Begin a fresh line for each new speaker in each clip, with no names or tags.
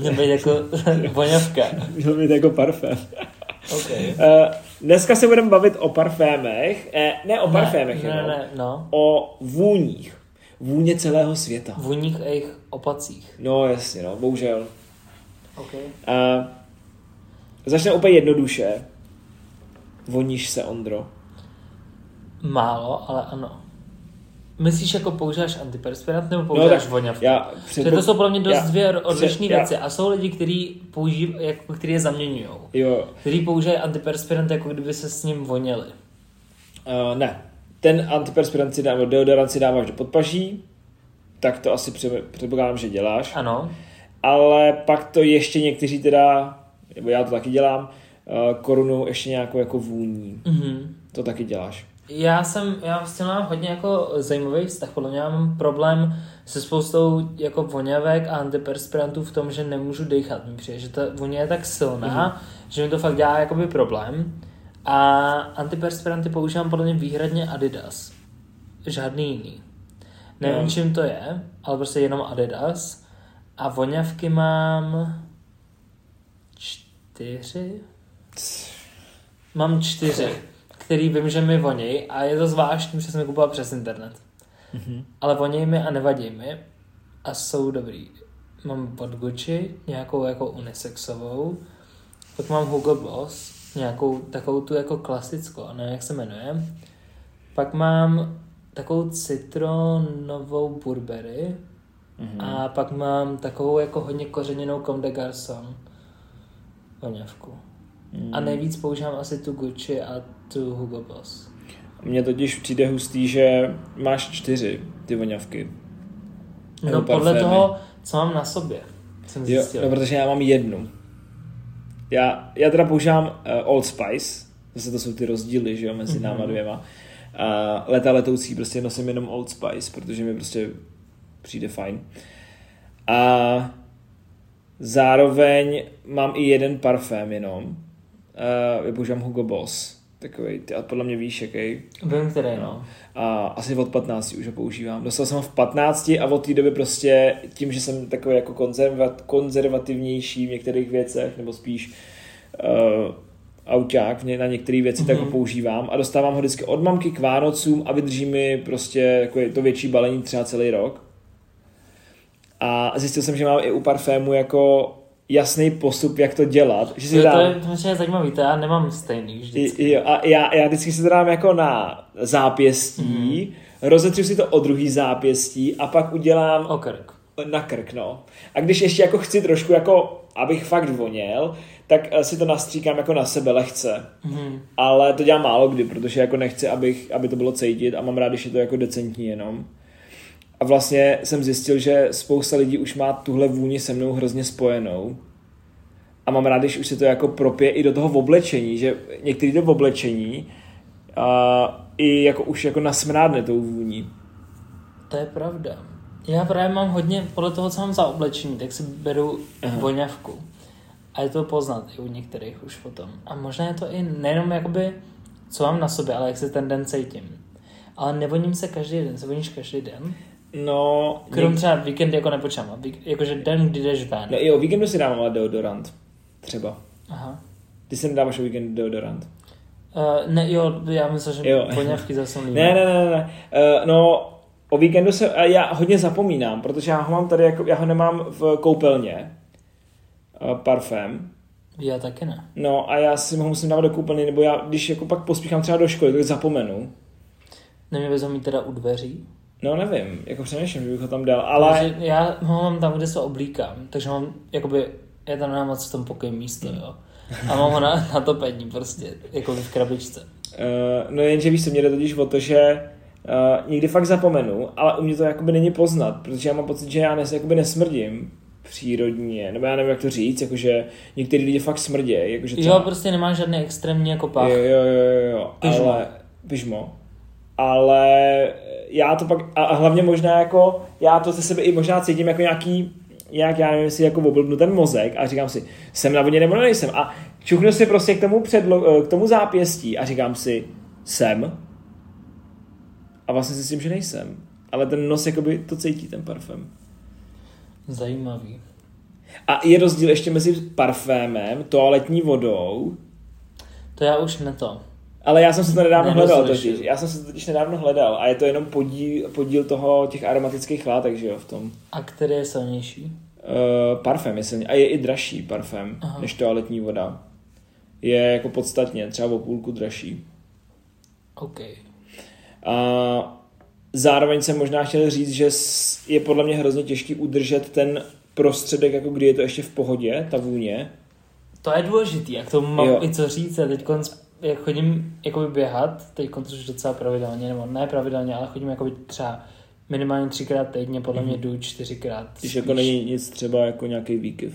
Měl být jako voňavka.
Měl mít jako parfém.
Okay.
Eh, Dneska se budeme bavit o parfémech, eh, ne o parfémech
ne, ne,
jenom,
ne, no.
o vůních. Vůně celého světa.
Vůních a jejich opacích.
No jasně, no, bohužel.
Okay.
A začne úplně jednoduše. Voníš se, Ondro.
Málo, ale ano. Myslíš, jako používáš antiperspirant nebo
No,
používáš
tak
voňavky?
já
Protože to
předpo-
jsou pro mě dost
já-
dvě odlišné
já-
věci. A jsou lidi, kteří použív, jako, který je zaměňují.
Jo,
Kteří používají antiperspirant, jako kdyby se s ním voněli.
Uh, ne. Ten antiperspirant si dá, nebo deodorant si dáváš do podpaží, tak to asi pře- předpokládám, že děláš.
Ano.
Ale pak to ještě někteří teda, nebo já to taky dělám, uh, korunou ještě nějakou jako vůní.
Mhm.
To taky děláš.
Já jsem, já s tím mám hodně jako zajímavý vztah, podle mě mám problém se spoustou jako voňavek a antiperspirantů v tom, že nemůžu dechat. Mi přijde, že ta vůně je tak silná, mm-hmm. že mi to fakt dělá jakoby problém. A antiperspiranty používám podle mě výhradně Adidas. Žádný jiný. Nevím,
No.
čím to je, ale prostě jenom Adidas. A voňavky mám čtyři, Mám čtyři, který vím, že mi voněj a je to zvláštní, že jsem je kupoval přes internet.
Mhm.
Ale voněj mi a nevadí mi a jsou dobrý. Mám od Gucci nějakou jako unisexovou, pak mám Hugo Boss, nějakou takovou tu jako klasickou, nevím jak se jmenuje. Pak mám takovou citronovou Burberry
Mhm.
a pak mám takovou jako hodně kořeněnou Comme des Garçons voňavku. A
Hmm.
nejvíc používám asi tu Gucci a tu Hugo Boss.
Mně totiž přijde hustý, že máš čtyři ty voňavky. Nebo
No podle
parfémy.
toho, co mám na sobě, jsem
Jo,
zjistil.
no, protože já mám jednu. Já, já teda používám uh, Old Spice, zase to jsou ty rozdíly, že jo, mezi náma dvěma. Uh, leta letoucí prostě nosím jenom Old Spice, protože mi prostě přijde fajn. A zároveň mám i jeden parfém jenom. Uh, já používám Hugo Boss, takový, ty, a podle mě víš, jaký.
Vím, který no.
A asi od 15 už ho používám. Dostal jsem ho v 15 a od té doby prostě tím, že jsem takový jako konzerva- konzervativnější v některých věcech, nebo spíš uh, auták v ně- na některé věci, mm-hmm. tak ho
Mhm.
používám. A dostávám ho vždycky od mamky k Vánocům a vydrží mi prostě takový to větší balení třeba celý rok. A zjistil jsem, že mám i u parfému jako jasný postup, jak to dělat. Že si
Jo, to
dám...
je vlastně zajímavý, to já nemám stejný vždycky.
I- Jo, a já, já vždycky se to dám jako na zápěstí, mm. rozetřu si to o druhý zápěstí a pak udělám
Okrk.
na krk, no. A když ještě jako chci trošku jako, abych fakt voněl, tak eh, si to nastříkám jako na sebe lehce.
Mhm.
Ale to dělám málo kdy, protože jako nechci, abych, aby to bylo cítit a mám rád, když je to jako decentní jenom. A vlastně jsem zjistil, že spousta lidí už má tuhle vůni se mnou hrozně spojenou. A mám rád, když už se to jako propije i do toho oblečení, že některý jde v oblečení a i jako už jako nasmrádne tou vůní.
To je pravda. Já právě mám hodně, podle toho, co mám za oblečení, tak si beru
Aha.
voňavku. A je to poznat i u některých už potom. A možná je to i nejenom jakoby, co mám na sobě, ale jak se ten den cítím. Ale nevoním se každý den, se voníš každý den?
No,
Krom třeba víkend jako nepočám, a vík- jakože den, kdy jdeš ven.
no jo, o víkendu si dám ale deodorant. Třeba.
Aha.
Ty si nedáváš o víkendu deodorant.
Uh, ne, jo, já myslím, že
Jo.
jo. poněvky zase líbí.
Ne, ne, ne, ne. Uh, no, o víkendu se a já hodně zapomínám, protože já ho mám tady, jako, já ho nemám v koupelně. Uh, parfém.
Já taky ne.
No a já si ho musím dávat do koupelny, nebo já, když jako pak pospíchám třeba do školy, tak zapomenu.
Neměl bys ho mít teda u dveří.
No nevím, jako přemýšlím, že bych ho tam dal, ale
Protože já ho mám tam, kde se oblíkám, takže ho mám, jakoby, já tam nemám moc v tom pokoji místo, jo. A mám ho na, na topení prostě, jako v krabičce.
uh, no jenže víš, co mě jde totiž o to, že uh, někdy fakt zapomenu, ale u mě to jakoby není poznat, protože já mám pocit, že já nes, jakoby nesmrdím přírodně, nebo já nevím, jak to říct, jakože některý lidi fakt smrdějí, jakože třeba-
Jo, prostě nemá žádný extrémní jako pach.
Jo, jo, jo, jo, jo.
Pyžmo.
Ale, pyžmo. Ale já to pak, a a hlavně možná jako, já to ze sebe i možná cítím jako nějaký, jak já nevím, si jako oblbnu ten mozek a říkám si, jsem na vlně nebo nejsem. A čuchnu si prostě k tomu, předlo, k tomu zápěstí a říkám si, jsem. A vlastně zjistím, že nejsem. Ale ten nos jakoby to cítí, ten parfém.
Zajímavý.
A je rozdíl ještě mezi parfémem, toaletní vodou,
To já už ne to.
ale já jsem se to nedávno
Nerozlišuju.
hledal totiž. Já jsem se to totiž nedávno hledal a je to jenom podíl, podíl toho těch aromatických látek, že jo, v tom.
A který je silnější?
Uh, parfém je silně, a je i dražší parfém
Aha.
Aha. než toaletní voda. Je jako podstatně, třeba o půlku dražší.
OK.
A zároveň jsem možná chtěl říct, že s- je podle mě hrozně těžký udržet ten prostředek, jako kdy je to ještě v pohodě, ta vůně.
To je důležitý a k tomu mám
Jo.
i co říct. Já teď jak chodím jakoby běhat, teď už docela pravidelně, nebo ne pravidelně, ale chodím jakoby třeba minimálně třikrát týdně, podle mě jdu čtyřikrát.
Když Mhm. jako není nic třeba jako nějaký výkyv.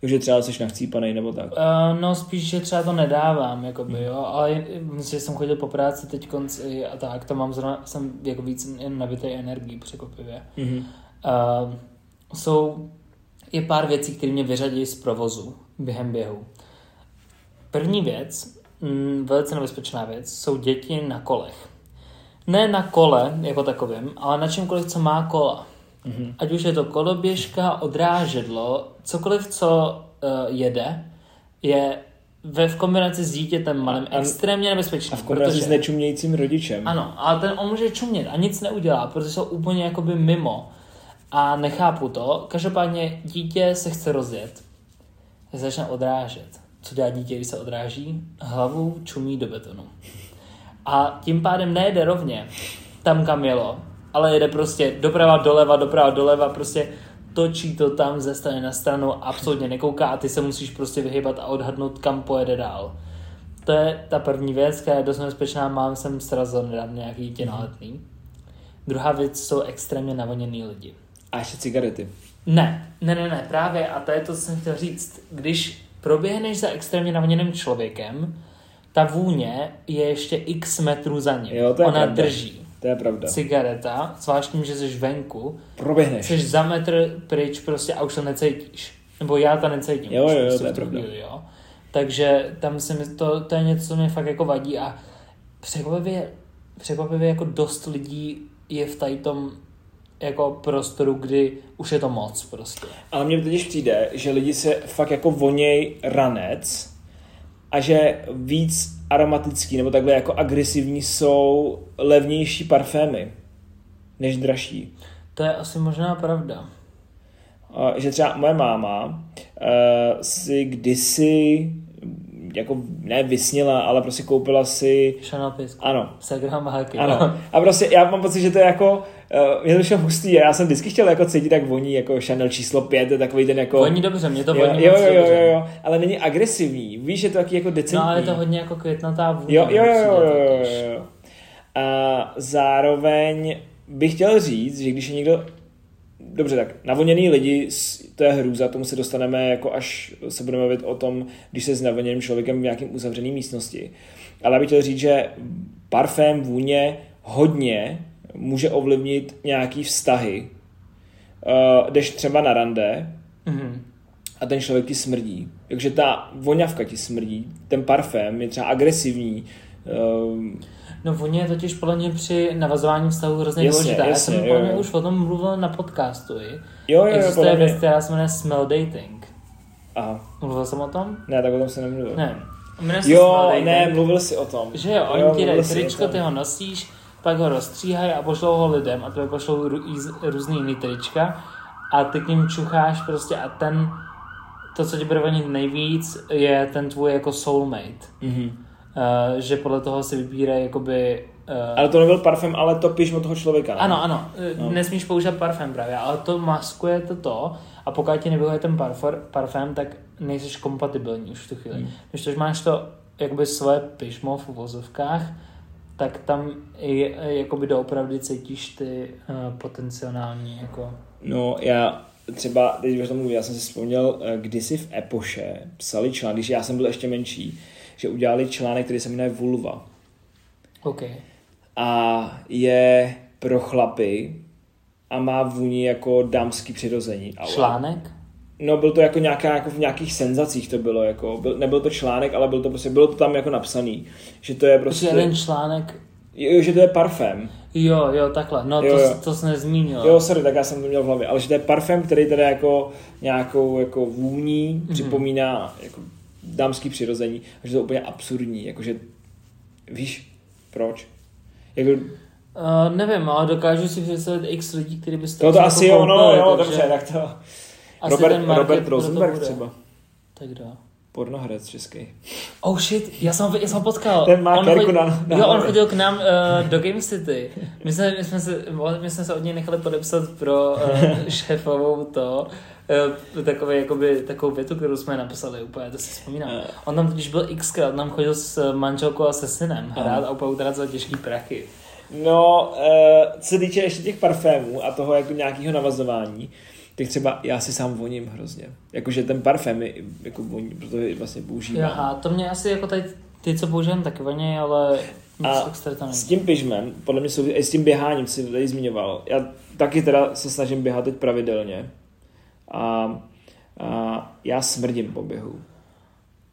Takže třeba jsi nachcípanej nebo tak.
Uh, no spíš, že třeba to nedávám, jakoby, jo, ale je- myslím, že jsem chodil po práci teď konc a tak, to mám zrovna, jsem jako víc jen nabitý energií překvapivě.
Mhm.
Uh, jsou, je pár věcí, které mě vyřadí z provozu během běhu. První věc, mm, velice nebezpečná věc, jsou děti na kolech. Ne na kole jako takovém, ale na čemkoliv, co má kola.
Mhm.
Mm-hmm. Ať už je to koloběžka, odrážedlo, cokoliv, co uh, jede, je ve v kombinaci s dítětem malým
A-
extrémně nebezpečný.
A v kombinaci s nečumějícím rodičem.
Ano, ale ten on může čumět a nic neudělá, protože jsou úplně jakoby mimo. A nechápu to. Každopádně dítě se chce rozjet. Začne odrážet. Co dělá dítě, když se odráží? Hlavu čumí do betonu. A tím pádem nejede rovně tam, kam jelo, ale jede prostě doprava, doleva, doprava, doleva, prostě točí to tam ze strany na stranu, absolutně nekouká a ty se musíš prostě vyhybat a odhadnout, kam pojede dál. To je ta první věc, která je dost nebezpečná. Mám jsem srazil nedávno nějaký dítě na letný. Druhá věc jsou extrémně navoněný lidi.
A ještě cigarety.
Ne, ne, ne, ne, právě, a to je to, co jsem chtěl říct. Když proběhneš za extrémně navoněným člověkem, ta vůně je ještě x metrů za ním.
Jo, to je
Ona
pravda.
drží.
To je pravda.
Cigareta, zvlášť tím, že jsi venku,
Proběhneš.
jsi za metr pryč prostě a už to necítíš. Nebo já to necítím.
Jo,
už
jo, jo,
prostě
to
v
je
tu
pravda.
chvíli, jo. Takže tam se mi to, to je něco, co mě fakt jako vadí a překvapivě, překvapivě jako dost lidí je v tady tom jako prostoru, kdy už je to moc prostě.
Ale mně totiž přijde, že lidi se fakt jako voněj ranec a že víc aromatický nebo takhle jako agresivní jsou levnější parfémy než dražší.
To je asi možná pravda.
A Že třeba moje máma eh, si kdysi jako ne vysnila, ale prostě koupila si
Chanel pisku.
ano,
Segram háky. no.
Ano. A prostě já mám pocit, že to je jako, uh, mě to šlo hustý a já jsem vždycky chtěl jako cítit, jak voní jako Chanel číslo 5, je takový ten jako...
Voní dobře, mě to
jo,
voní
jo,
moc
jo, jo,
dobře.
jo, jo, ale není agresivní, víš, je to taky jako decentní.
No ale je to hodně jako květnatá vůně.
Jo, jo, jo,
přijde
jo,
to
jo,
totiž.
jo, jo. A zároveň bych chtěl říct, že když je někdo... Dobře, tak navoněný lidi, s- to je hrůza, tomu se dostaneme jako až se budeme mluvit o tom, když se s navoněným člověkem v nějakém uzavřené místnosti. Ale já bych chtěl říct, že parfém, vůně hodně může ovlivnit nějaký vztahy. Uh, jdeš třeba na rande,
Mhm.
a ten člověk ti smrdí. Takže ta voňavka ti smrdí, ten parfém je třeba agresivní. ehm,
No vůně je totiž podle mě při navazování vztahu hrozně
Jasně,
důležitá. Já
jasně,
jsem
jo,
podle mě
jo.
už o tom mluvil na podcastu. i.
Jo, jo, jo,
Existuje
podle
věc,
mě.
která se jmenuje smell dating.
Aha,
Mluvil jsem o tom?
ne, tak o tom se nemluvil.
Ne. Jmenuje se smell
Jo,
dating.
ne, mluvil jsi o tom.
Že jo, oni ti dají
mluvil jsi o
tričko,
tom.
ty ho nosíš, pak ho rozstříhají a pošlou ho lidem a tebe pošlou rů, jíz- různý jiný trička a ty k ním čucháš prostě a ten, to, co ti bude vonit nejvíc, je ten tvůj jako soulmate.
Mhm.
Uh, že podle toho si vybírají jakoby... Uh,
Ale to nebyl parfém, ale to pišmo toho člověka. ne?
ano, ano, no. nesmíš používat parfém právě, ale to maskuje to to a pokud ti nevyhovuje ten parfor, parfém, tak nejseš kompatibilní už v tu chvíli. Hmm. Když tož máš to jakoby svoje pišmo v uvozovkách, tak tam i eh, jakoby doopravdy cítíš ty uh, potenciální jako...
No, já třeba, teď už tomu já jsem si vzpomněl, eh, kdysi v Epoše psali článek, když já jsem byl ještě menší, že udělali článek, který se jmenuje Vulva.
OK.
a je pro chlapy a má vůni jako dámský přirození. A-
Článek?
No byl to jako, nějaká, jako v nějakých senzacích to bylo, jako, byl, nebyl to článek, ale byl to prostě, bylo to tam jako napsaný, že to je
Prostě
prostě,
jeden článek
Jo, že to je parfém.
Jo, jo, takhle. No
Jo,
to,
jo.
s- to jsi nezmínil.
Jo, sorry, tak já jsem to měl v hlavě, ale že to je parfém, který teda jako nějakou jako vůní připomíná jako dámský přirození a že to je úplně absurdní, jakože víš proč? Jako,
Uh, nevím, ale dokážu si představit x lidí, kteří by se
to, to
třeba
asi jo, no,
koupili,
jo,
takže
dobře, tak to.
asi ten
Robert,
market
Robert
proto
Rosenberg
bude.
třeba.
Tak dá.
Pornoherec český.
Oh shit, já jsem, ho- já jsem ho potkal.
Ten má
On
kérku
chodil-
na- na
Jo, on
hlavě.
chodil k nám uh, do Game City. My jsme, my, jsme se, my jsme se od něj nechali podepsat pro uh, šéfovou to, uh, takové, jakoby, takovou větu, kterou jsme napsali úplně, to si vzpomínám.
Eh.
On tam totiž byl xkrát, on tam chodil s eh, manželkou a se synem hrát a úplně utrácel těžký prachy.
No, eh, co se týče ještě těch parfémů a toho jako nějakého navazování, tak třeba já si sám voním hrozně. Jakože ten parfém je, jako voní, protože vlastně používám.
Aha, to mě asi jako tady ty, co používám, tak voní, ale nic
A
extra tam není.
S tím pyžmem, podle mě souvisí, i s tím běháním, co jsi tady zmiňoval. Já taky teda se snažím běhat teď pravidelně. A, a já smrdím po běhu.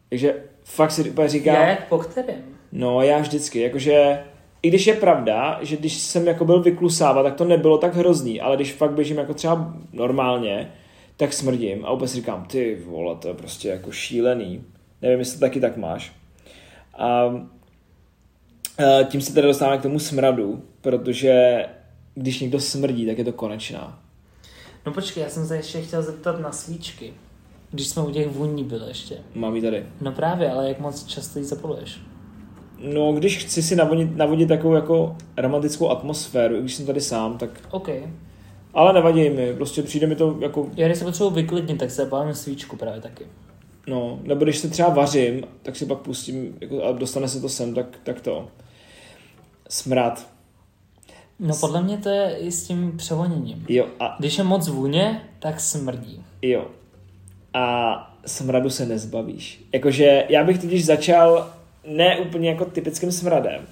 Takže fakt si úplně říkám,
Já jak po kterém?
No, já vždycky, jakože, i když je pravda, že když jsem jako byl vyklusávat, tak to nebylo tak hrozný, ale když fakt běžím jako třeba normálně, tak smrdím a úplně si říkám, ty vole, to je prostě jako šílený. Nevím, jestli to taky tak máš. A e, tím se teda dostáváme k tomu smradu, protože když někdo smrdí, tak je to konečná.
No počkej, já jsem se ještě chtěl zeptat na svíčky. Když jsme u těch vůní byli ještě.
Mám ji tady.
No právě, ale jak moc často ji zapaluješ?
No, když chci si navodit, navodit takovou jako romantickou atmosféru, i když jsem tady sám, tak...
OK.
Ale nevadí mi, prostě přijde mi to jako
Já když se potřebuji vyklidnit, tak se zapálím svíčku právě taky.
No, nebo když se třeba vařím, tak si pak pustím jako, a dostane se to sem, tak, tak to. Smrad.
No podle mě to je i s tím převoněním.
Jo, a
Když je moc vůně, tak smrdí.
jo. A smradu se nezbavíš. Jakože já bych totiž začal ne úplně jako typickým smradem,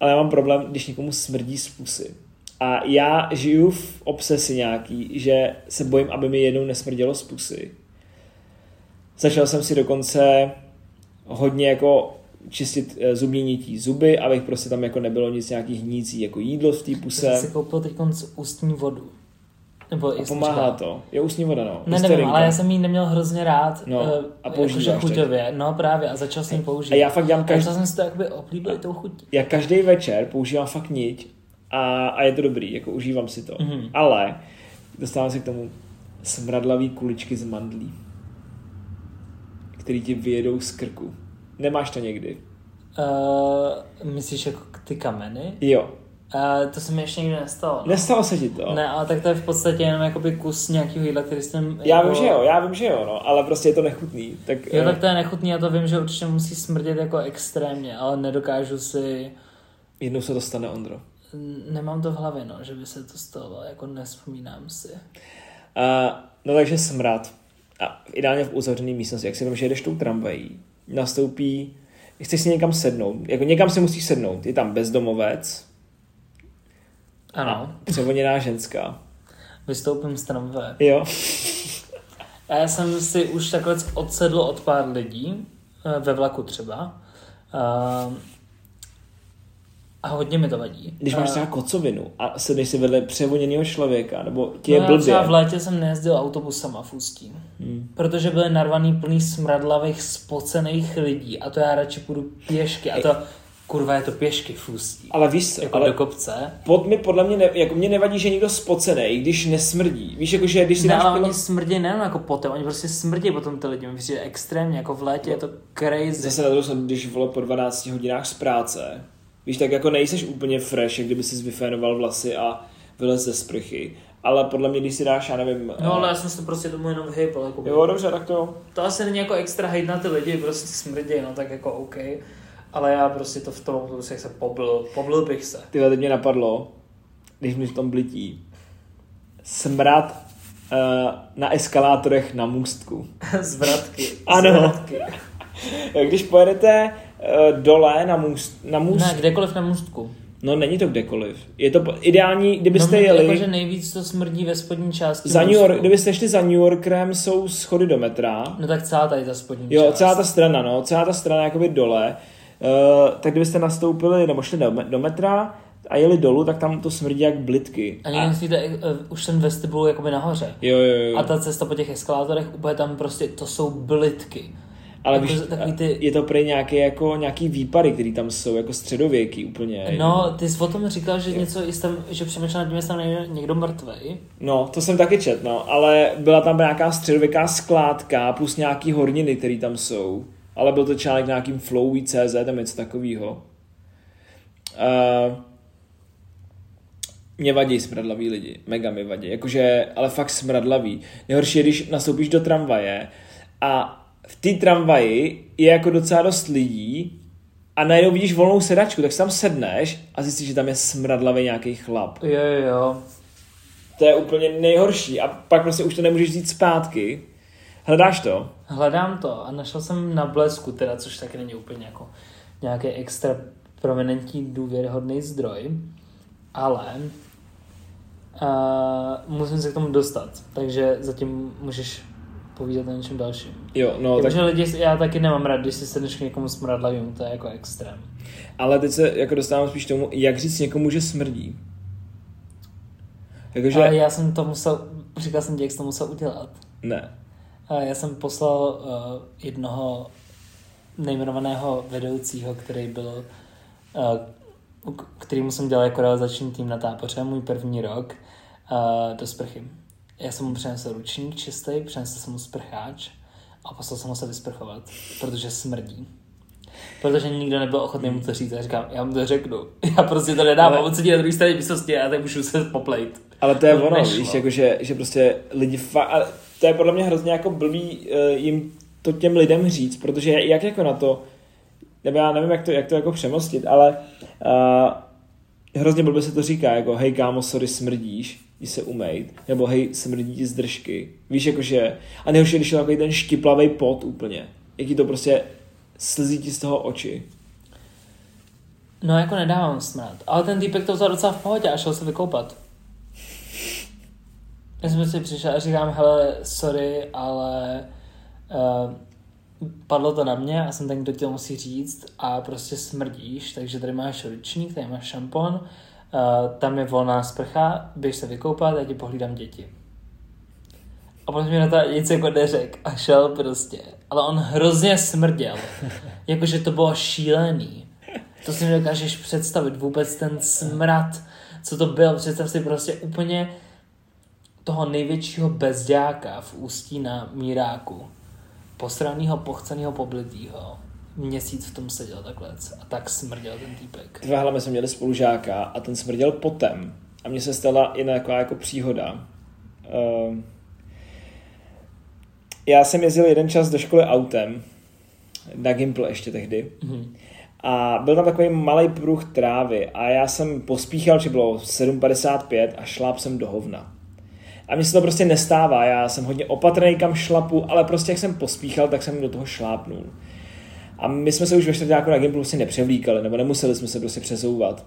ale já mám problém, když někomu smrdí z pusy. A já žiju v obsesi nějaký, že se bojím, aby mi jednou nesmrdělo z pusy. Začal jsem si dokonce hodně jako čistit eh, zubní nití zuby, abych prostě tam jako nebylo nic nějakých hnící jako jídlo v té
Jsem si
puse.
koupil teď ústní vodu. Nebo
A
jestli
pomáhá
říkám-
to. Je ústní voda, no.
Ne, nevím,
Hysterinka.
ale já jsem ji neměl hrozně rád.
No,
eh,
a
jakože
používáš teď.
chuťově. No právě, a začal jsem ji používat.
A já fakt dělám každý-
Začal jsem si to jakoby oblíbil tou chutí.
já každý večer používám fakt niť a, a je to dobrý, jako užívám si to.
Mhm.
Mm-hmm. Ale dostávám se k tomu smradlavý kuličky z mandlí, který ti vyjedou z krku. Nemáš to někdy?
Uh, myslíš jako ty kameny?
Jo.
Uh, to se mi ještě nikdy nestalo. no.
Nestalo se ti to?
Ne, ale tak to je v podstatě jenom jakoby kus nějakého jídla, který jsem...
Já
jako...
vím, že jo, já vím, že jo, no, ale prostě je to nechutný. Tak,
Jo,
eh,
tak to je nechutný, já to vím, že určitě musí smrdět jako extrémně, ale nedokážu si...
jednou se dostane Ondro.
Nemám to v hlavě, no, že by se to stalo, jako nespomínám si.
A, no takže smrad. A ideálně v uzavřené místnosti. Jak si vím, že jedeš tou tramvají, nastoupí, chceš si někam sednout, jako někam si musíš sednout, je tam bezdomovec,
Ano,
převoněná ženská.
vystoupím z tramvaje.
Jo.
A já jsem si už takhle odsedl od pár lidí, eh, ve vlaku třeba, a, a hodně mi to vadí.
Když
Eh,
máš třeba kocovinu a sedneš si vedle převoněného člověka, nebo ti je
no, já
blbě.
třeba v létě jsem nejezdil autobusama v Ústí, hmm. protože byly narvaný plný smradlavých, spocených lidí a to já radši půjdu pěšky a to, kurva, je to pěšky v Ústí,
Ale víš co,
jako
ale
do kopce.
pod mi podle mě, ne, jako mě nevadí, že je někdo spocený, když nesmrdí. Víš, jako, že když si
Ne,
dáš
ale
pivo-
oni smrdí nejen jako potem, oni prostě smrdí potom ty lidi, mi přijde extrémně, jako v létě je to crazy.
Zase na druhou stranu, když vole po 12 hodinách z práce, víš, tak jako nejseš úplně fresh, jak kdyby si vyfénoval vlasy a vylez ze sprchy. Ale podle mě, když si dáš, já nevím...
No ale
eh,
já jsem si to prostě tomu jenom vyhejbal, jako
Jo, dobře, tak to jo.
to asi není jako extra hejt na ty lidi, prostě smrdí, no tak jako OK. Ale já prostě to v tom autobuse se poblil, poblil bych se.
Ty vole, teď mě napadlo, když mi v tom blití, smrad uh, na eskalátorech na můstku.
Zvratky.
Ano.
Zvratky.
Když pojedete uh, dole na můst, na můst
Ne, kdekoliv na můstku.
no není to kdekoliv. Je to po- ideální,
no,
kdybyste
mě to
jeli...
Jako, že nejvíc to smrdí ve spodní části
Za New
můstku.
York, kdybyste šli za New Yorkerem, jsou schody do metra.
No tak celá tady ta spodní
Jo,
část.
celá ta strana, no, celá ta strana jakoby dole. eh, tak kdybyste nastoupili nebo šli do, me- do metra a jeli dolů, tak tam to smrdí jak blitky.
A někdy musíte eh, už ten vestibul jakoby nahoře.
Jo, jo, jo.
A ta cesta po těch eskalátorech úplně tam prostě, to jsou blitky.
Ale
jako
víš,
takový ty-
je to prej nějaké jako, nějaký výpary, které tam jsou, jako středověký úplně.
No, ty jsi o tom říkal, že něco, jestli tam, že přemýšlel nad tím, jestli tam nejde někdo mrtvej.
No, to jsem taky čet, no, ale byla tam nějaká středověká skládka plus nějaký horniny, které tam jsou. Ale byl to článek nějakým flowy.cz nebo něco takového. Uh, mě vadí smradlaví lidi, mega mi vadí, jakože, ale fakt smradlaví. Nejhorší je, když nastoupíš do tramvaje a v té tramvaji je jako docela dost lidí a najednou vidíš volnou sedačku, tak si tam sedneš a zjistíš, že tam je smradlavý nějaký chlap.
Jo, jo, jo.
To je úplně nejhorší a pak prostě už to nemůžeš vzít zpátky. Hledáš to?
Hledám to a našel jsem na blesku, teda, což taky není úplně jako nějaký extra prominentní důvěryhodný zdroj, ale uh, musím se k tomu dostat, takže zatím můžeš povídat na něčem dalším.
Jo, no
No,
tak,
tak... že lidi, já taky nemám rád, když si sedneš k někomu smradlavým, to je jako extrém.
ale teď se jako dostávám spíš k tomu, jak říct někomu, že smrdí. Jakože,
Že... Ale já jsem to musel, říkal jsem ti, jak jsem to musel udělat.
ne.
A já jsem poslal uh, jednoho nejmenovaného vedoucího, který byl, uh, k- kterýmu jsem dělal jako realizační tým na táboře, můj první rok, uh, do sprchy. Já jsem mu přinesl ručník čistý, přinesl jsem mu sprcháč a poslal jsem ho se vysprchovat, protože smrdí. Protože nikdo nebyl ochotný mu to říct a říkám, já mu to řeknu. Já prostě to nedám,
Ale-
ale... a on sedí na druhé straně místnosti a já tak můžu se poplejt.
Ale to je
To
ono,
nešlo.
víš, jakože, že prostě lidi fakt, ale to je podle mě hrozně jako blbý eh, jim to těm lidem říct, protože jak jako na to, nebo já nevím, jak to, jak to jako přemostit, ale uh, hrozně blbě se to říká, jako hej kámo, sorry, smrdíš, jdi se umejt, nebo hej, smrdí ti z držky, víš, jakože, a nejhorší, je, když je takový ten štiplavý pot úplně, jaký to prostě slzí ti z toho oči.
No jako nedávám smrad, ale ten týpek to vzal docela v pohodě a šel se vykoupat. Já jsem prostě přišel a říkám, hele, sorry, ale uh, padlo to na mě a jsem ten, kdo ti to musí říct a prostě smrdíš, takže tady máš ručník, tady máš šampon, uh, tam je volná sprcha, běž se vykoupat, já ti pohlídám děti. A potom mi na to nic jako neřek a šel prostě. Ale on hrozně smrděl. Jakože to bylo šílený. To si nedokážeš představit vůbec ten smrad, co to byl. Představ si prostě úplně toho největšího bezďáka v ústí na Míráku. Posranýho, pochcenýho, poblitýho. Měsíc v tom seděl takhle a tak smrděl ten týpek.
Dva hlamy jsme měli spolužáka a ten smrděl potem. A mně se stala jedna taková jako příhoda. Ehm, Já jsem jezdil jeden čas do školy autem, na Gimple ještě tehdy.
Mhm.
A byl tam takový malý pruh trávy a já jsem pospíchal, že bylo 7.55 a šláp jsem do hovna. A mně se to prostě nestává, já jsem hodně opatrný kam šlapu, ale prostě jak jsem pospíchal, tak jsem do toho šlápnul. A my jsme se už ve čtvrtáku na Gimplu si nepřevlíkali, nebo nemuseli jsme se prostě přesouvat.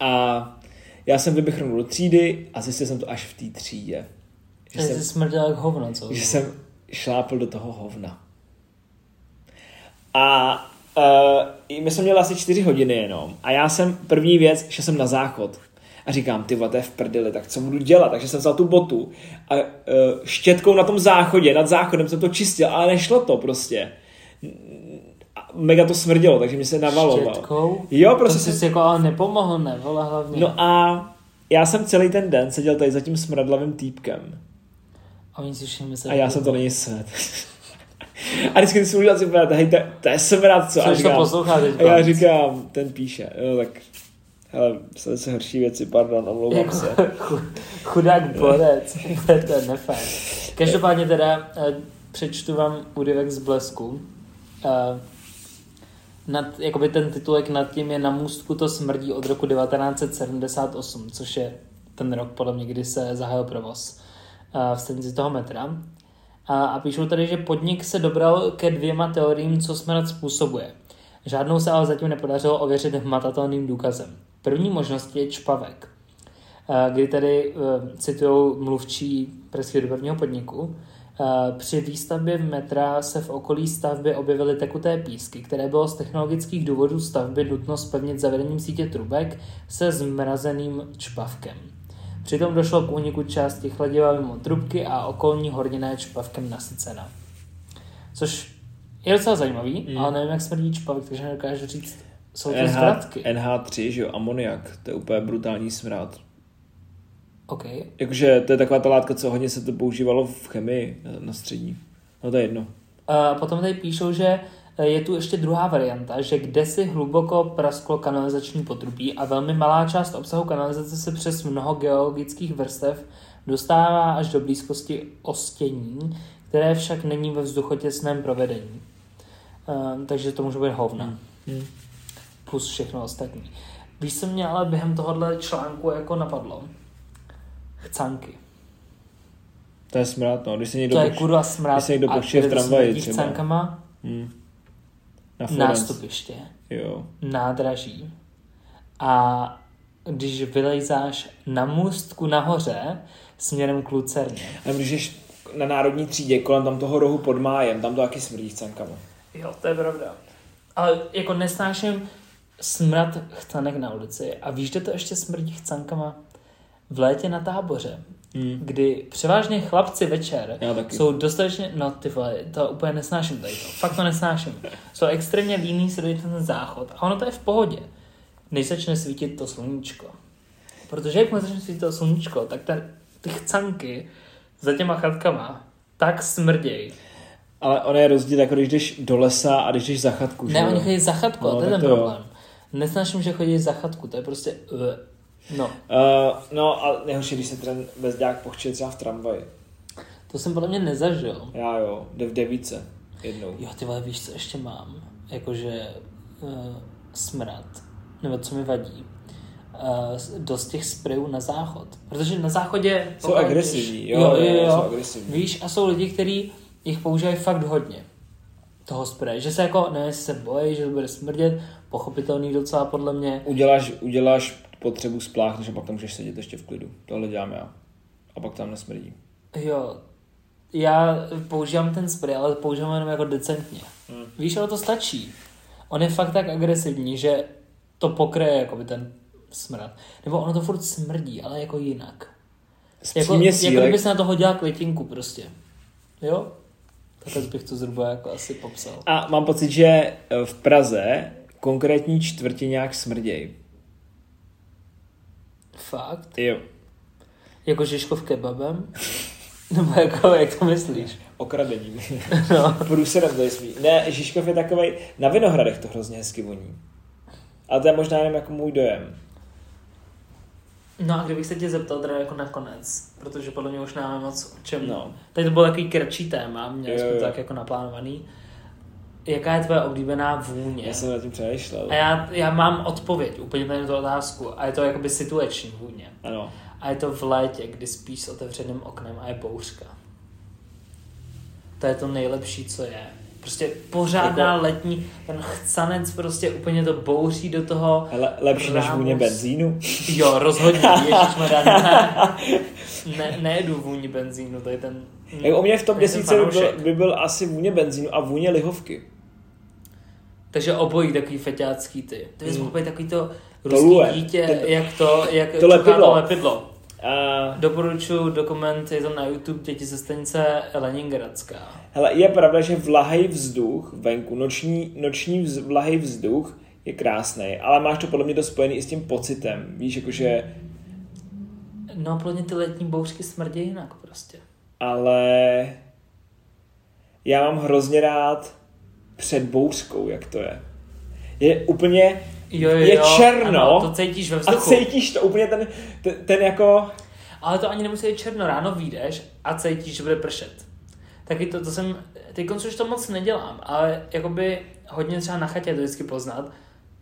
A já jsem vybichrnul do třídy a zjistil jsem to až v té třídě. Že
Že
jsem,
jsi smrděl jak hovno, co?
že jsem šlápl do toho hovna. A uh, my jsme měli asi čtyři hodiny jenom. A já jsem první věc, že jsem na záchod. A říkám, ty vole, to je v prdeli, tak co budu dělat? Takže jsem vzal tu botu a uh, štětkou na tom záchodě, nad záchodem jsem to čistil, ale nešlo to prostě. A mega to smrdělo, takže mě se navalovalo.
Štětkou?
Jo, prostě
To jsi si jako ale nepomohl, ne, vole, hlavně.
No a já jsem celý ten den seděl tady za tím smradlavým týpkem.
A oni si všichni mysleli,
A já jsem to není svet. A vždycky ty spolužáci si říkali, hej, to, to je smrad, co?
co už
A,
to
říkám,
poslouchá teď.
a já říkám, ten píše, no tak, hele, jsou se horší věci, pardon, omlouvám
jako,
se.
chu- chudák borec, to je, to je nefér. Každopádně teda eh, přečtu vám úryvek z Blesku. Eh, Nad, jakoby ten titulek nad tím je Na můstku to smrdí od roku 1978, což je ten rok podle mě, kdy se zahájil provoz eh, v stanici toho metra. A, a píšou tady, že podnik se dobral ke dvěma teoriím, co smrad způsobuje. Žádnou se ale zatím nepodařilo ověřit hmatatelným důkazem. První možnost je čpavek, eh, kdy tady citují mluvčí presky dopravního podniku, Eh, Při výstavbě metra se v okolí stavby objevily tekuté písky, které bylo z technologických důvodů stavby nutno spevnit zavedením sítě trubek se zmrazeným čpavkem. Přitom došlo k úniku části chladiva mimo trubky a okolní hornina je čpavkem nasycena. Což je docela zajímavý,
Mm.
ale nevím, jak smrdí čpavek, takže nedokážu říct, jsou to
NH,
zvratky.
NH3, že jo, amoniak, to je úplně brutální smrad.
OK,
Jakože to je taková ta látka, co hodně se to používalo v chemii na, na střední. No to je jedno.
A potom tady píšou, že e, je tu ještě druhá varianta, že kde si hluboko prasklo kanalizační potrubí a velmi malá část obsahu kanalizace se přes mnoho geologických vrstev dostává až do blízkosti ostění, které však není ve vzduchotěsném provedení. Ehm, takže to může být hovna.
Hmm.
Plus všechno ostatní. Víš, co mě ale během tohohle článku jako napadlo? Chcanky.
To je smrad, no. Když se někdo
To je
poš-
kurva smrad.
když se někdo
a
pošije v
kde to
tramvaji
smrdí
třeba.
Chcankama?
hmm. Na Florence.
Nástupiště.
Jo.
nádraží a když vylejzáš na můstku nahoře směrem k Lucerně.
A když ješ na národní třídě kolem tam toho rohu pod májem, tam to taky smrdí chcankama.
Jo, to je pravda. Ale jako nesnáším smrad chcanek na ulici. A víš, kde to ještě smrdí chcankama? V létě na táboře,
Hmm.
kdy převážně chlapci večer
Já taky.
jsou dostatečně, no ty vole, to úplně nesnáším tady to, fakt to nesnáším. Jsou extrémně líní se dojít na ten záchod a ono to je v pohodě, než začne svítit to sluníčko. Protože jak začne svítit to sluníčko, tak ta, ty chcanky za těma chatkama tak smrdějí.
Ale on je rozdíl, jako když jdeš do lesa a když jdeš za chatku. že
Ne,
jo?
oni chodí za chatku,
No,
no, to je
tak
ten
to jo.
problém. Nesnáším, že chodí za chatku, to je prostě... Uh, no,
Uh, no a nejhorší, když se ten bezďák pochčuje třeba v tramvaji.
to jsem podle mě nezažil.
Já jo, jde v devíce jednou.
Jo, ty vole, víš, co ještě mám? Jakože uh, smrad, nebo co mi vadí, uh, dost těch sprejů na záchod. Protože na záchodě...
Jsou
pokud jdeš-
agresivní, jo,
jo,
jo,
jo,
jsou
jo,
agresivní.
Víš, a jsou lidi, kteří jich používají fakt hodně, toho spreje. Že se jako, nevím, jestli se bojí, že to bude smrdět, pochopitelný docela podle mě.
Uděláš, uděláš potřebu spláchnout a pak tam můžeš sedět ještě v klidu. Tohle dělám já. A pak tam nesmrdí.
Jo, já používám ten sprej, ale používám ho jenom jako decentně.
Hmm.
Víš, ale to stačí. On je fakt tak agresivní, že to pokryje jakoby ten smrad. Nebo ono to furt smrdí, ale jako jinak. Jako, jako
Zpříměsílek.
kdyby se na to hodila květinku prostě. Jo? Takhle bych to zhruba jako asi popsal.
A mám pocit, že eh, v Praze konkrétní čtvrti nějak smrděj.
Fakt?
Jo.
Jako Žižkov kebabem? Nebo jako, jak to myslíš?
Okradením.
No.
Průserem tady smí. Ne, Žižkov je takovej, na Vinohradech to hrozně hezky voní. A to je možná jenom jako můj dojem.
No a kdybych se tě zeptal teda jako nakonec, protože podle mě už nemáme moc o čem.
No.
Tady to bylo takový kratší téma, měli
Jo,
jsme
jo.
to tak jako naplánovaný. Jaká je tvoje oblíbená vůně?
Já jsem nad tím přemýšlel.
A já, já mám odpověď úplně tady na tu otázku a je to jakoby situační vůně.
Ano.
A je to v létě, kdy spíš s otevřeným oknem a je bouřka. To je to nejlepší, co je. Prostě pořádná
Jako-
letní, ten chcanec prostě úplně to bouří do toho.
Ale lepší než
Rámus. Hmm.
vůně benzínu.
Jo, rozhodně, ježišmarja, ne, ne, nejedu vůni benzínu, to je ten...
Jako u mě v top
Já jsem
10 by byl,
fanoušek.
by byl asi vůně benzínu a vůně lihovky.
Takže obojí takový feťácký ty. To bys mohl být takový to ruský
lue.
dítě,
Ten-
jak to, jak
to lepidlo.
To lepidlo.
A
Doporučuji dokument, je to na YouTube, děti ze stanice Leningradská.
hele, je pravda, že vlahej vzduch venku, noční, noční vz, vlahej vzduch je krásný, ale máš to podle mě to spojený i s tím pocitem. Víš, jakože,
No, podle mě ty letní bouřky smrdí jinak prostě.
ale já mám hrozně rád před bouřkou, jak to je. Je úplně,
Jo, jo,
Je
jo.
černo.
Ano, to cítíš ve
a
vzduchu.
cítíš to úplně ten, ten, ten jako,
Ale to ani nemusí být černo, ráno vyjdeš a cítíš, že bude pršet. Taky to, to jsem, teď už to moc nedělám, ale jakoby hodně třeba na chatě je to vždycky poznat,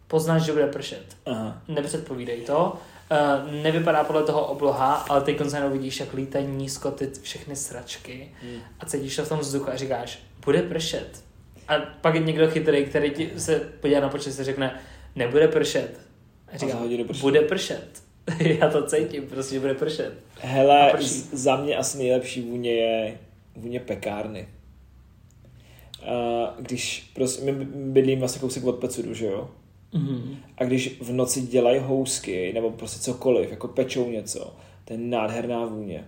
poznáš, že bude pršet.
aha,
Nepředpovídej to, Eh, nevypadá podle toho obloha, ale teď konce vidíš, jak lítají nízko ty všechny sračky
Hmm.
a cítíš to v tom vzduchu a říkáš, bude pršet. A pak je někdo chytrý, který ti se podívá na počasí a řekne, nebude pršet. A
A
říká,
za hodinu prší.
bude pršet. Já to cítím, prostě že bude pršet.
hele,
A prší.
z, za mě asi nejlepší vůně je vůně pekárny. A když prostě, my bydlím vlastně kousek od Pecudu, že jo?
Mm.
A když v noci dělají housky, nebo prostě cokoliv, jako pečou něco, to je nádherná vůně.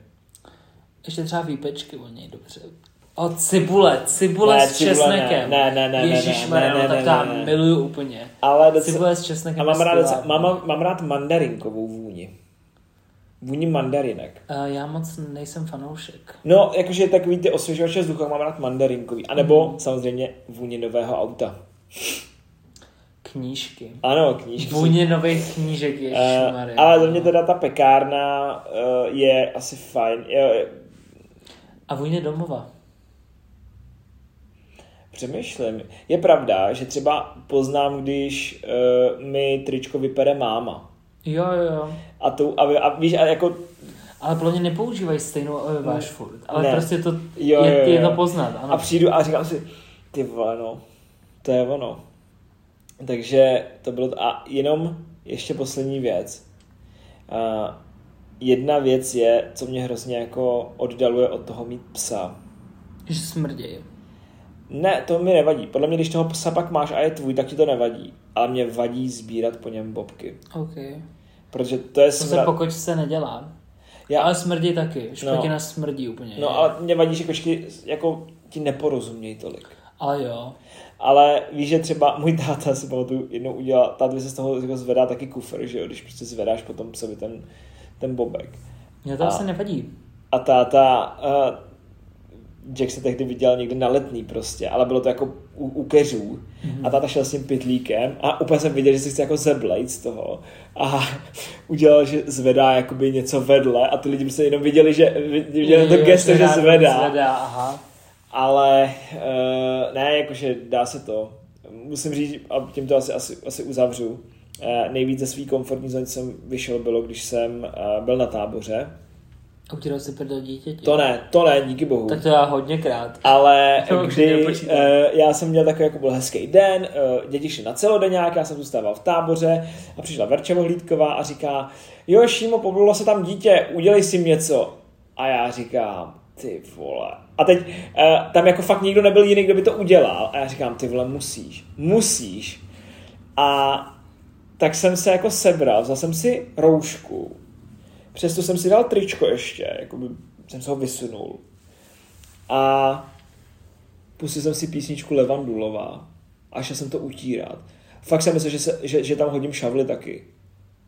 Ještě třeba výpečky o něj dobře. O cibule, cibule
Ne,
s
cibule
česnekem.
ne, ne, ne, ne,
Ježišmarja,
ne, ne,
no, tak
ne,
tam
ne, ne.
miluju úplně.
Ale docela,
Cibule s česnekem
a
je
mám rád,
skvělá.
docela, mám, mám rád mandarinkovou vůni. Vůni mandarinek.
Eh, Já moc nejsem fanoušek.
No, jakože takový ty osvěžovače vzduchu, mám rád mandarinkový. A nebo mm. samozřejmě vůni nového auta.
Knížky.
Ano, knížky.
Vůně nových knížek, ježišmarja.
Uh, ale za mě teda ta pekárna uh, je asi fajn. Je,
A vůně domova.
přemýšlím. Je pravda, že třeba poznám, když uh, mi tričko vypere máma.
Jo, jo, jo.
A, tu, a, a víš, a jako
Ale podle mě nepoužívají stejnou ojeváž furt. Ale
Ne.
prostě to
Jo,
je,
jo, jo.
je to poznat.
A
Ano.
přijdu a říkám si, ty vole, no, to je ono. Takže to bylo to. A jenom ještě poslední věc. A jedna věc je, co mě hrozně jako oddaluje od toho mít psa.
Že smrdějí.
Ne, to mi nevadí. Podle mě, když toho psa pak máš a je tvůj, tak ti to nevadí. Ale mě vadí sbírat po něm bobky.
OK.
Protože to je
To se
smrad.
po kočce nedělá.
Já-
Já... Ale smrdí taky. Špatina no. smrdí úplně.
No ale mě vadí, že kočky jako ti neporozumějí tolik.
ale jo.
Ale víš, že třeba můj táta si pamatuju jednou udělal, táta se z toho jako zvedá taky kufr, že jo, když prostě zvedáš potom sobě ten, ten bobek.
Mně to
A-
a... asi nevadí.
A táta, uh, Jack se tehdy viděl někde na letný prostě, ale bylo to jako u, u keřů.
Mhm.
Mm-hmm. A táta šel s tím pytlíkem a úplně jsem viděl, že si chce jako zeblejt z toho. A udělal, že zvedá jakoby něco vedle a ty lidi se jenom viděli, že viděli to
Jo,
gesto, že zvedá.
Zvedá, aha.
Ale uh, ne, jakože dá se to. Musím říct, a tím to asi, asi, asi uzavřu. Uh, nejvíc ze svý komfortní zóny jsem vyšel bylo, když jsem uh, byl na táboře.
A utíral si prdel dítěti.
To ne, to ne, díky bohu.
Tak to já hodněkrát.
Ale
To už
kdy,
nepočítám.
eh, já jsem měl takový, jako byl hezký den, eh, děti šli na celodenňák, já jsem zůstával v táboře a přišla Verča Vohlídková a říká, jo Šímo, poblilo se tam dítě, udělej si jim něco. A já říkám, ty vole. A teď eh, tam jako fakt nikdo nebyl jiný, kdo by to udělal. A já říkám, ty vole, musíš, musíš. A tak jsem se jako sebral, vzal jsem si roušku, přesto jsem si dal tričko ještě, jako jsem se ho vysunul. A pustil jsem si písničku Levandulová a šel jsem to utírat. Fakt jsem myslel, že, se, že, že tam hodím šavly taky,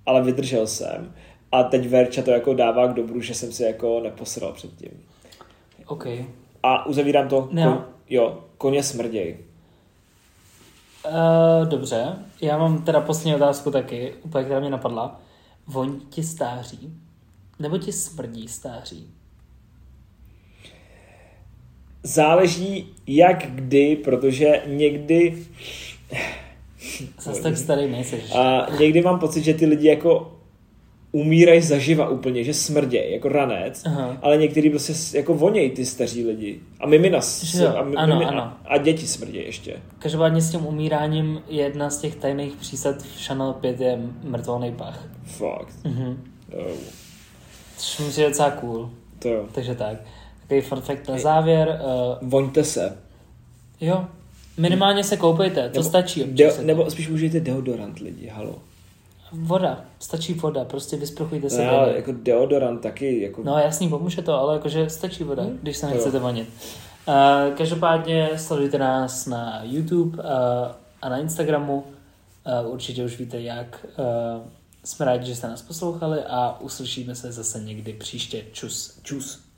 ale vydržel jsem. A teď Verča to jako dává k dobru, že jsem si jako neposral předtím.
OK. Eh,
A uzavírám to.
Ne.
jo, koně smrděj.
Uh, dobře, já mám teda poslední otázku taky, úplně která mě napadla. Voň ti stáří? Nebo ti smrdí stáří?
Záleží jak kdy, protože někdy
Zas tak starý nejseš. A...
A někdy mám pocit, že ty lidi jako umírají zaživa úplně, že smrděj, jako ranec,
Aha.
ale některý prostě s- jako vonějí ty staří lidi. A mimina,
Že jo,
a, mi-
ano,
mimi-
ano.
A, a děti smrdějí ještě.
Každopádně s tím umíráním jedna z těch tajných přísad v Chanel 5 je mrtvolný pach.
Fakt.
Mhm.
Jo,
Což mi je docela cool.
to jo.
Takže tak. Takový fun fact na závěr. Uh,
Voňte se.
jo, minimálně se koupejte, to
Nebo-
stačí. občas
De,
jako.
nebo spíš užijte deodorant lidi, halo.
Voda, stačí voda, prostě vysprchujte se.
Ne,
denně.
ale jako deodorant taky, jako...
No jasný, pomůže to, ale jakože stačí voda, hmm? když se nechcete vonit. Uh, každopádně sledujte nás na YouTube uh, a na Instagramu. Uh, určitě už víte jak. Eh, Uh, jsme rádi, že jste nás poslouchali a uslyšíme se zase někdy příště. Čus.
Čus.